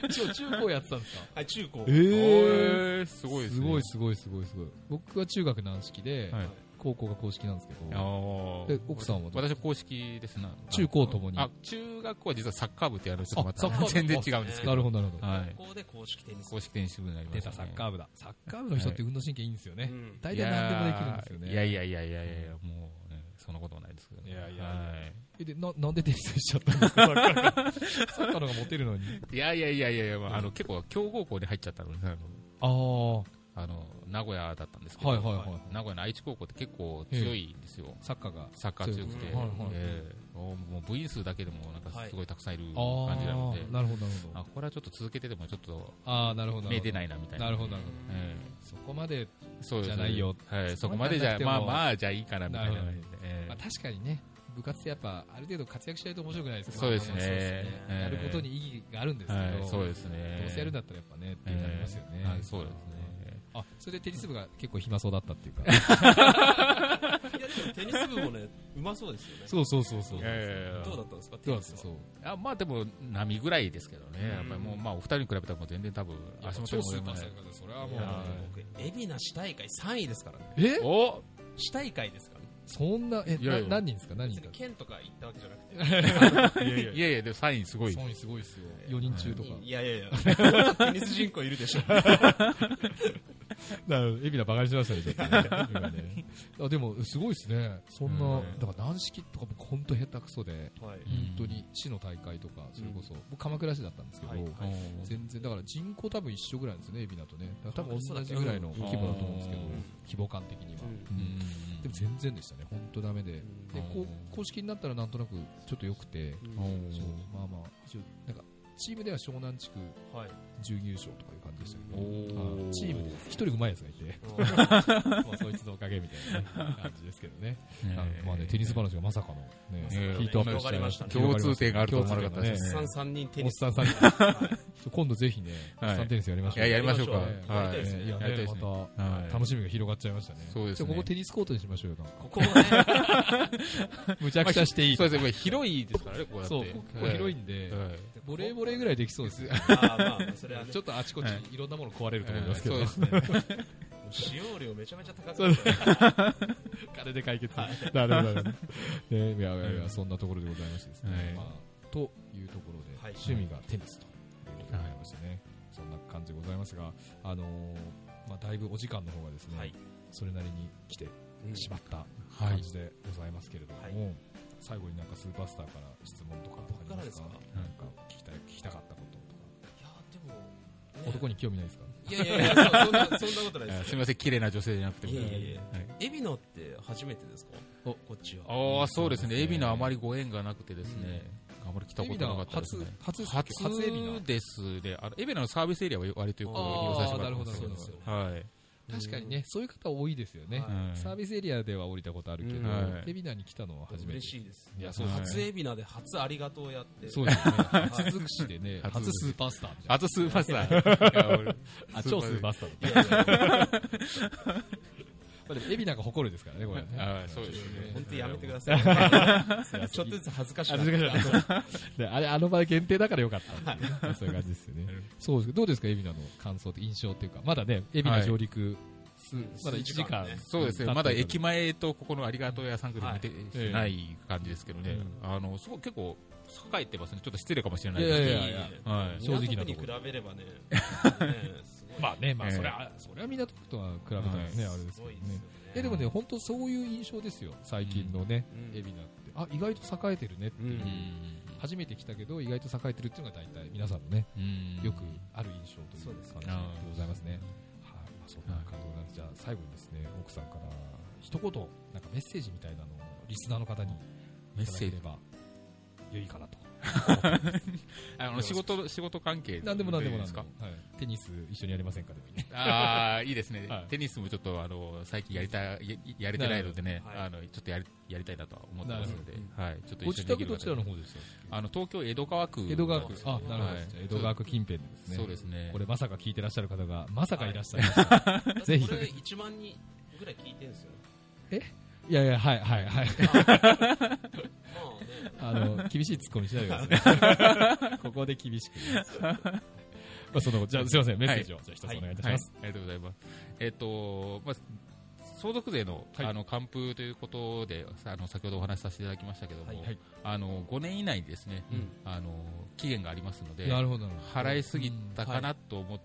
[SPEAKER 1] 式
[SPEAKER 2] す
[SPEAKER 1] 一応中高やってたんです か
[SPEAKER 2] はい中高
[SPEAKER 1] え
[SPEAKER 3] えー、すごいです
[SPEAKER 1] す
[SPEAKER 3] ね
[SPEAKER 1] ごいすごいすごいすごい。僕は中学軟式で
[SPEAKER 3] はい、
[SPEAKER 1] 高校が公式なんですけ
[SPEAKER 3] あ
[SPEAKER 1] ど、
[SPEAKER 3] ー
[SPEAKER 1] え奥さんはどう
[SPEAKER 3] 私は公式ですな
[SPEAKER 1] 中高ともに
[SPEAKER 3] あ中学校は実はサッカー部ってやるんですけ
[SPEAKER 1] あ
[SPEAKER 3] どま
[SPEAKER 1] サッカー
[SPEAKER 3] た
[SPEAKER 1] 部
[SPEAKER 3] 全然違うんですけど
[SPEAKER 1] なるほどなるほど。
[SPEAKER 3] はい
[SPEAKER 2] 高校で公式テニス
[SPEAKER 3] 公式テニス部になりま
[SPEAKER 1] 出
[SPEAKER 3] した
[SPEAKER 1] た
[SPEAKER 3] ね
[SPEAKER 1] サッカー部だ。サッカー部の人って運動神経いいんですよね
[SPEAKER 2] う。ん
[SPEAKER 1] 大体何でもできるんですよね。
[SPEAKER 3] いやいやいやいやいやいやもうねそんなこともないですけどね
[SPEAKER 1] いやいやいや
[SPEAKER 3] はい
[SPEAKER 1] えで、な、なんでテニスしちゃったんです かサッカーがサッカーの方がモテるのに。
[SPEAKER 3] いやいやいやいやいや、まあ、あの結構強豪校に入っちゃったので、ね、
[SPEAKER 1] あー、
[SPEAKER 3] あのあの名古屋だったんですけど、
[SPEAKER 1] はいはいはい
[SPEAKER 3] 名古屋の愛知高校って結構強いんですよ、
[SPEAKER 1] サッカーが。
[SPEAKER 3] サッカー強くて、
[SPEAKER 1] 強いはいはい
[SPEAKER 3] ええもうもう部員数だけでもなんかすごいたくさんいる
[SPEAKER 1] あー
[SPEAKER 3] 感じなので、
[SPEAKER 1] なるほどなるほど
[SPEAKER 3] あこれはちょっと続けててもちょっと
[SPEAKER 1] ああなるほど
[SPEAKER 3] 目出ないいなみたいな。
[SPEAKER 1] なるほどなるほど
[SPEAKER 3] え
[SPEAKER 1] そこまで、
[SPEAKER 3] えそうです
[SPEAKER 1] じゃないよ、
[SPEAKER 3] はい、そこまでじゃ
[SPEAKER 1] そこまでな
[SPEAKER 3] まあ
[SPEAKER 1] くても
[SPEAKER 3] まあじゃあいいかなみたいな
[SPEAKER 1] なるほど
[SPEAKER 3] ええ
[SPEAKER 1] まあ、確かにね部活ってやっぱある程度活躍しないと面白くないですから
[SPEAKER 3] そうですね
[SPEAKER 1] まあ
[SPEAKER 3] ええ
[SPEAKER 1] やることに意義があるんですけど、
[SPEAKER 3] はい、そうですね
[SPEAKER 1] どうせやるんだったらやっぱねっていうのありますよね、
[SPEAKER 3] ええはいそうですね
[SPEAKER 1] あそれでテニス部が結構暇そうだったっていうか
[SPEAKER 2] いやでもテニス部もねうまそうですよね
[SPEAKER 1] そうそうそうそう
[SPEAKER 3] いやいやいや
[SPEAKER 2] どうだったんです
[SPEAKER 1] そう
[SPEAKER 2] かテ
[SPEAKER 1] なん
[SPEAKER 2] ニ
[SPEAKER 1] ですよ
[SPEAKER 2] スは
[SPEAKER 1] そう
[SPEAKER 3] あまあでも波ぐらいですけどね、やっぱりもう、まあ、お二人に比べたらもう全然多分足元
[SPEAKER 1] 超
[SPEAKER 3] に
[SPEAKER 1] ス
[SPEAKER 3] 及
[SPEAKER 1] ーパー
[SPEAKER 3] ばな
[SPEAKER 1] サ
[SPEAKER 3] い
[SPEAKER 1] ッカーでそれはもう
[SPEAKER 2] いや僕海老名市大会3位ですからね
[SPEAKER 1] え
[SPEAKER 3] お
[SPEAKER 2] 市大会ですからね
[SPEAKER 1] そんなえ
[SPEAKER 3] いやいや
[SPEAKER 1] な何人ですか何
[SPEAKER 2] 別
[SPEAKER 1] 人
[SPEAKER 2] に
[SPEAKER 1] か
[SPEAKER 2] 県とか行ったわけじゃなくて
[SPEAKER 3] いやいやでもサインすごい
[SPEAKER 1] そうすごいですよ4人中とか、
[SPEAKER 2] いやいやいや、もう ちょっとテニス人口いるでしょ。
[SPEAKER 1] だから海老名バカにしましたね、ちょっとね 今ねあでも、すごいですね、そんな、
[SPEAKER 3] うん
[SPEAKER 1] だから軟式とか僕、本当下手くそで、
[SPEAKER 2] はい
[SPEAKER 1] 本当に市の大会とか、それこそ、僕、鎌倉市だったんですけど、
[SPEAKER 2] はいは
[SPEAKER 3] おー
[SPEAKER 1] 全然、だから人口多分一緒ぐらいなんですよね、海老名とね、だから多分
[SPEAKER 2] そうだ
[SPEAKER 1] 同
[SPEAKER 2] っ
[SPEAKER 1] じ
[SPEAKER 2] け
[SPEAKER 1] ぐらいの規模だと思うんですけど
[SPEAKER 3] うん、
[SPEAKER 1] 規模感的には。
[SPEAKER 3] う
[SPEAKER 1] うんんでも全然でしたね、本当ダメで、でこう
[SPEAKER 3] うん
[SPEAKER 1] 公式になったらなんとなくちょっと良くて、
[SPEAKER 3] おー
[SPEAKER 1] そうまあまあ、一応、なんか、チームでは湘南地区
[SPEAKER 2] はい。
[SPEAKER 1] 準優勝とかいう感じでしたけど
[SPEAKER 3] お。ー
[SPEAKER 1] はいチームで一人うまいやつがいて、 まあそいつのおかげみたいなね感じですけどね。
[SPEAKER 3] えー
[SPEAKER 1] まあね、テニス話がまさかのね、
[SPEAKER 3] え
[SPEAKER 1] ヒートアップし
[SPEAKER 2] 広が
[SPEAKER 1] ちゃ
[SPEAKER 2] り
[SPEAKER 1] いま
[SPEAKER 2] ま
[SPEAKER 1] し
[SPEAKER 2] したた
[SPEAKER 1] ね
[SPEAKER 2] ね
[SPEAKER 3] 共通点があると思わなかったです
[SPEAKER 2] おっ
[SPEAKER 3] ね
[SPEAKER 2] さん3人テ
[SPEAKER 1] おっ
[SPEAKER 2] ニス。
[SPEAKER 1] さん さんに
[SPEAKER 2] はい
[SPEAKER 1] 今度ぜひね、おっさんテニスやりまし
[SPEAKER 3] い
[SPEAKER 1] ょう。
[SPEAKER 3] ややりましょうか、
[SPEAKER 2] やりましょう
[SPEAKER 3] は
[SPEAKER 2] やりた
[SPEAKER 3] い
[SPEAKER 2] いですね
[SPEAKER 1] いや
[SPEAKER 3] やりたい
[SPEAKER 1] ね
[SPEAKER 3] ですね
[SPEAKER 1] ま
[SPEAKER 3] はい
[SPEAKER 1] た楽しみが広がっちゃいましたね。
[SPEAKER 3] そうで
[SPEAKER 1] じ
[SPEAKER 3] すね
[SPEAKER 1] ゃあここテニスコートにしましょうよ。なんか
[SPEAKER 2] ここはね、
[SPEAKER 1] むちゃくちゃしていい。
[SPEAKER 3] そうですねこれ広いですからねこうやって
[SPEAKER 1] そう、ここ広いんで、
[SPEAKER 3] はい
[SPEAKER 1] ボレーボレーぐらいできそうですよ。
[SPEAKER 2] あーまあまあ、それは ね
[SPEAKER 1] ちょ、っとあちこちいろんなもの壊れると思い
[SPEAKER 3] え
[SPEAKER 1] ま
[SPEAKER 3] ー
[SPEAKER 1] すけ
[SPEAKER 3] そう
[SPEAKER 1] ど
[SPEAKER 3] で、す ね
[SPEAKER 2] 使用量めちゃめちゃ高くて、
[SPEAKER 1] 金で解決。なるほどなるほど。ねいやいやいや、そんなところでございましてです
[SPEAKER 3] は
[SPEAKER 1] ね
[SPEAKER 3] い。
[SPEAKER 1] まあというところで、
[SPEAKER 2] はい
[SPEAKER 1] 趣味がテニスということでございましてね、そんな感じでございますが、あのー、まあだいぶお時間の方がです
[SPEAKER 2] は
[SPEAKER 1] ね
[SPEAKER 2] い、
[SPEAKER 1] それなりに来て
[SPEAKER 2] うん
[SPEAKER 1] しまった感じでございますけれども、最後になんかスーパースターから質問とかありますか
[SPEAKER 2] 僕から
[SPEAKER 1] なんか聞きたい聞きたかったこととか。
[SPEAKER 2] いや、でも、
[SPEAKER 1] 男に興味ないですか
[SPEAKER 2] いやいやいや、そ そんな、そんなことないで
[SPEAKER 3] あ
[SPEAKER 2] すす
[SPEAKER 3] み
[SPEAKER 2] よ。
[SPEAKER 3] ません、綺麗な女性じゃなくて。
[SPEAKER 2] いやいやいや
[SPEAKER 3] はい
[SPEAKER 2] 海老名って初めてですかこっちは。
[SPEAKER 3] ああ、そうですね。海老名あまりご縁がなくてですね。あまり来たことなかったですね。
[SPEAKER 1] 初、初、
[SPEAKER 3] 初
[SPEAKER 1] 初エビナ。
[SPEAKER 3] ですね。あの、海老名のサービスエリアは割とよく利用させてもらってますけ
[SPEAKER 1] あーなるほどなるほど
[SPEAKER 2] そうですよ
[SPEAKER 3] ど。はい。
[SPEAKER 1] 確かにね、そういう方多いですよね。
[SPEAKER 3] はい
[SPEAKER 1] サービスエリアでは降りたことあるけ
[SPEAKER 2] う
[SPEAKER 1] ど
[SPEAKER 2] ん
[SPEAKER 3] は、い
[SPEAKER 1] エビナに来たのは初めて
[SPEAKER 2] 嬉。しいです。
[SPEAKER 1] いやそうですね
[SPEAKER 2] 初海老名で初ありがとうやって。
[SPEAKER 1] そうですね。
[SPEAKER 2] い
[SPEAKER 1] 初尽くしでね、
[SPEAKER 3] 初
[SPEAKER 1] 初スーパースターみたいな。
[SPEAKER 3] あとスーパース ター。いや
[SPEAKER 1] あ、超スーパースターだ
[SPEAKER 2] いやい やいや
[SPEAKER 1] まあでもエビナが誇るですからね、これは
[SPEAKER 3] 俺
[SPEAKER 1] ね。
[SPEAKER 3] はい、そうですね。
[SPEAKER 2] 本当にやめてくだ さい。ちょっとずつ恥ずかしくなってきた
[SPEAKER 1] であれ、あの場合限定だからよかったっていうね。そういう感じですよね。そうですけど、どうですか、エビナの感想って印象っていうか、まだね、エビナ上陸、すまだ1時間
[SPEAKER 2] 数時間ね。
[SPEAKER 3] そうですね。まだ駅前とここのありがとう屋さんぐらい見て
[SPEAKER 1] ええ
[SPEAKER 3] ない感じですけどね。あの、すごい結構、栄えてますね。ちょっと失礼かもしれないい
[SPEAKER 1] やい
[SPEAKER 3] ですけ
[SPEAKER 1] や
[SPEAKER 3] ど
[SPEAKER 1] い。やいや。
[SPEAKER 3] はい
[SPEAKER 1] 正直なと
[SPEAKER 2] に
[SPEAKER 1] こ
[SPEAKER 2] 比
[SPEAKER 1] ろ
[SPEAKER 2] べればね。ねすごい
[SPEAKER 1] まあね、まあ、
[SPEAKER 3] ええ
[SPEAKER 1] そりゃ、そりゃ港区とは比べたらね、あれです
[SPEAKER 2] す
[SPEAKER 1] けど
[SPEAKER 2] ごい
[SPEAKER 1] ね
[SPEAKER 2] です。よね。
[SPEAKER 1] いやでもね、本当そういう印象ですよ、最近の ね、
[SPEAKER 2] うん
[SPEAKER 1] 海老名って。あ、意外と栄えてるねっていう
[SPEAKER 2] う。
[SPEAKER 3] うん
[SPEAKER 1] 初めて来たけど、意外と栄えてるっていうのが大体、皆さんのね、
[SPEAKER 3] うん
[SPEAKER 1] よくある印象という感じでございますね。はい、まあそんな感動なんです。じゃあ最後にですね、奥さんから一言、なんかメッセージみたいなのをリスナーの方に
[SPEAKER 3] メッセージ
[SPEAKER 1] いただければいいかなと。
[SPEAKER 3] あの仕事仕事関係
[SPEAKER 1] なんでもなんでも
[SPEAKER 3] いい
[SPEAKER 1] なん
[SPEAKER 3] す
[SPEAKER 1] で
[SPEAKER 3] か
[SPEAKER 1] も。はいテニス一緒にやりませんかでもいいね。
[SPEAKER 3] ああいいですね、
[SPEAKER 1] はい
[SPEAKER 3] テニスもちょっとあの最近やりたややれてないのでね、
[SPEAKER 2] はい
[SPEAKER 3] あのちょっとやりやりたいなとは思ってますので、はい、ちょっと
[SPEAKER 1] ご
[SPEAKER 3] 一
[SPEAKER 1] 自
[SPEAKER 3] 緒にで
[SPEAKER 1] 宅
[SPEAKER 3] きる
[SPEAKER 1] どちら
[SPEAKER 3] 方
[SPEAKER 1] の方ですか
[SPEAKER 3] あの東京江戸川区
[SPEAKER 1] 江戸川区
[SPEAKER 3] なんで。すけど
[SPEAKER 1] あ、なるほど。
[SPEAKER 3] はい
[SPEAKER 1] じゃあ江戸川区近辺ですね。
[SPEAKER 3] そうですね
[SPEAKER 1] これまさか聞いてらっしゃる方が、まさかいらっしゃる。
[SPEAKER 2] だって
[SPEAKER 1] ぜひ
[SPEAKER 2] これ1万人ぐらい聞いてるんですよね。
[SPEAKER 1] いやいや、はいはいはい。
[SPEAKER 2] まあね。
[SPEAKER 1] あの、厳しいツッコミしないでくださ い。ここで厳しく言います。まあ、その、じゃあすいません、メッセージを、じゃあ一つお願いいたし
[SPEAKER 3] はい
[SPEAKER 1] ます。、
[SPEAKER 3] ありがとうございます。えっ、と、まあ、相続税の、
[SPEAKER 1] はい
[SPEAKER 3] あの還付ということで、あの先ほどお話しさせていただきましたけども、
[SPEAKER 2] はい
[SPEAKER 1] はい
[SPEAKER 3] あの5年以内にですね、
[SPEAKER 2] うん
[SPEAKER 3] あの期限がありますので、
[SPEAKER 1] なるほど。
[SPEAKER 3] 払いすぎたか
[SPEAKER 1] うんは
[SPEAKER 3] なと思っ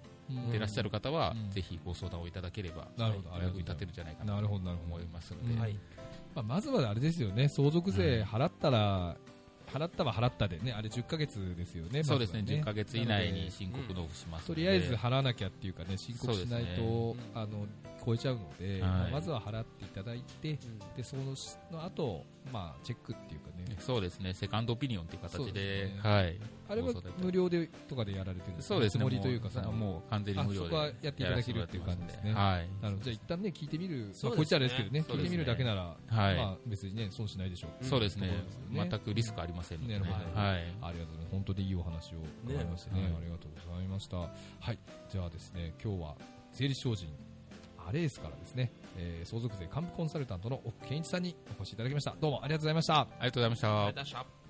[SPEAKER 3] てらっしゃる方は、ぜひご相談をいただければ、
[SPEAKER 1] なるほど
[SPEAKER 3] は
[SPEAKER 1] あ
[SPEAKER 3] い
[SPEAKER 1] り
[SPEAKER 3] お
[SPEAKER 1] がとう
[SPEAKER 3] 役
[SPEAKER 1] ございます
[SPEAKER 3] に立てるんじゃないかな
[SPEAKER 1] な
[SPEAKER 3] と
[SPEAKER 1] るほど、なるほ
[SPEAKER 3] 思
[SPEAKER 1] ど
[SPEAKER 3] い。ますの
[SPEAKER 1] う
[SPEAKER 3] で、
[SPEAKER 1] ん
[SPEAKER 2] はい
[SPEAKER 1] まあ、まずはあれですよね、相続税払ったら、払ったは払ったでね、あれ10ヶ月ですよね、
[SPEAKER 3] そうですね、
[SPEAKER 1] まずは
[SPEAKER 3] 10ヶ月以内に申
[SPEAKER 2] う
[SPEAKER 3] 告
[SPEAKER 2] ん
[SPEAKER 3] 納付します
[SPEAKER 1] と
[SPEAKER 3] ので、
[SPEAKER 1] りあえず払わなきゃっていうかね、申告しない
[SPEAKER 3] そ
[SPEAKER 1] と、あの、超えちゃうので、
[SPEAKER 3] はい
[SPEAKER 1] まあまずは払っていただいて、で、その、の後、まあ、チェックっていうかね、
[SPEAKER 3] そうですね、セカンドオピニオンという
[SPEAKER 1] そ
[SPEAKER 3] 形
[SPEAKER 1] う
[SPEAKER 3] で、
[SPEAKER 1] ですね
[SPEAKER 3] はい、
[SPEAKER 1] あれは無料でとかでやられてるんですか
[SPEAKER 3] そうですね、
[SPEAKER 1] 見積もりというかその
[SPEAKER 3] もう完全に
[SPEAKER 1] あ
[SPEAKER 3] 無料
[SPEAKER 1] そ
[SPEAKER 3] で
[SPEAKER 1] こはやっていただけるっていう感じですね。
[SPEAKER 3] はい、
[SPEAKER 1] なるほどじゃあ一旦ね、聞いてみる、
[SPEAKER 2] そうですね
[SPEAKER 1] まあこいつあれですけどね、
[SPEAKER 2] そう
[SPEAKER 1] 聞い
[SPEAKER 2] ですね
[SPEAKER 1] てみるだけなら、
[SPEAKER 3] はい
[SPEAKER 1] まあ別にね、損しないでしょうってい
[SPEAKER 3] そうですね
[SPEAKER 1] ところよ
[SPEAKER 3] 全くリスクありませんので、
[SPEAKER 1] なる
[SPEAKER 2] ほど
[SPEAKER 3] は
[SPEAKER 1] あ
[SPEAKER 3] い、
[SPEAKER 1] りがとうございます。本当にいいお話を伺いましたね。
[SPEAKER 3] ねはい
[SPEAKER 1] ありがとうございました。はい。じゃあですね、今日は税理士法人アレースからですね、えー相続税幹部コンサルタントの奥健一さんにお越しいただきました。どうもありがとうございました。
[SPEAKER 3] ありがとうございました
[SPEAKER 2] ありがとうございました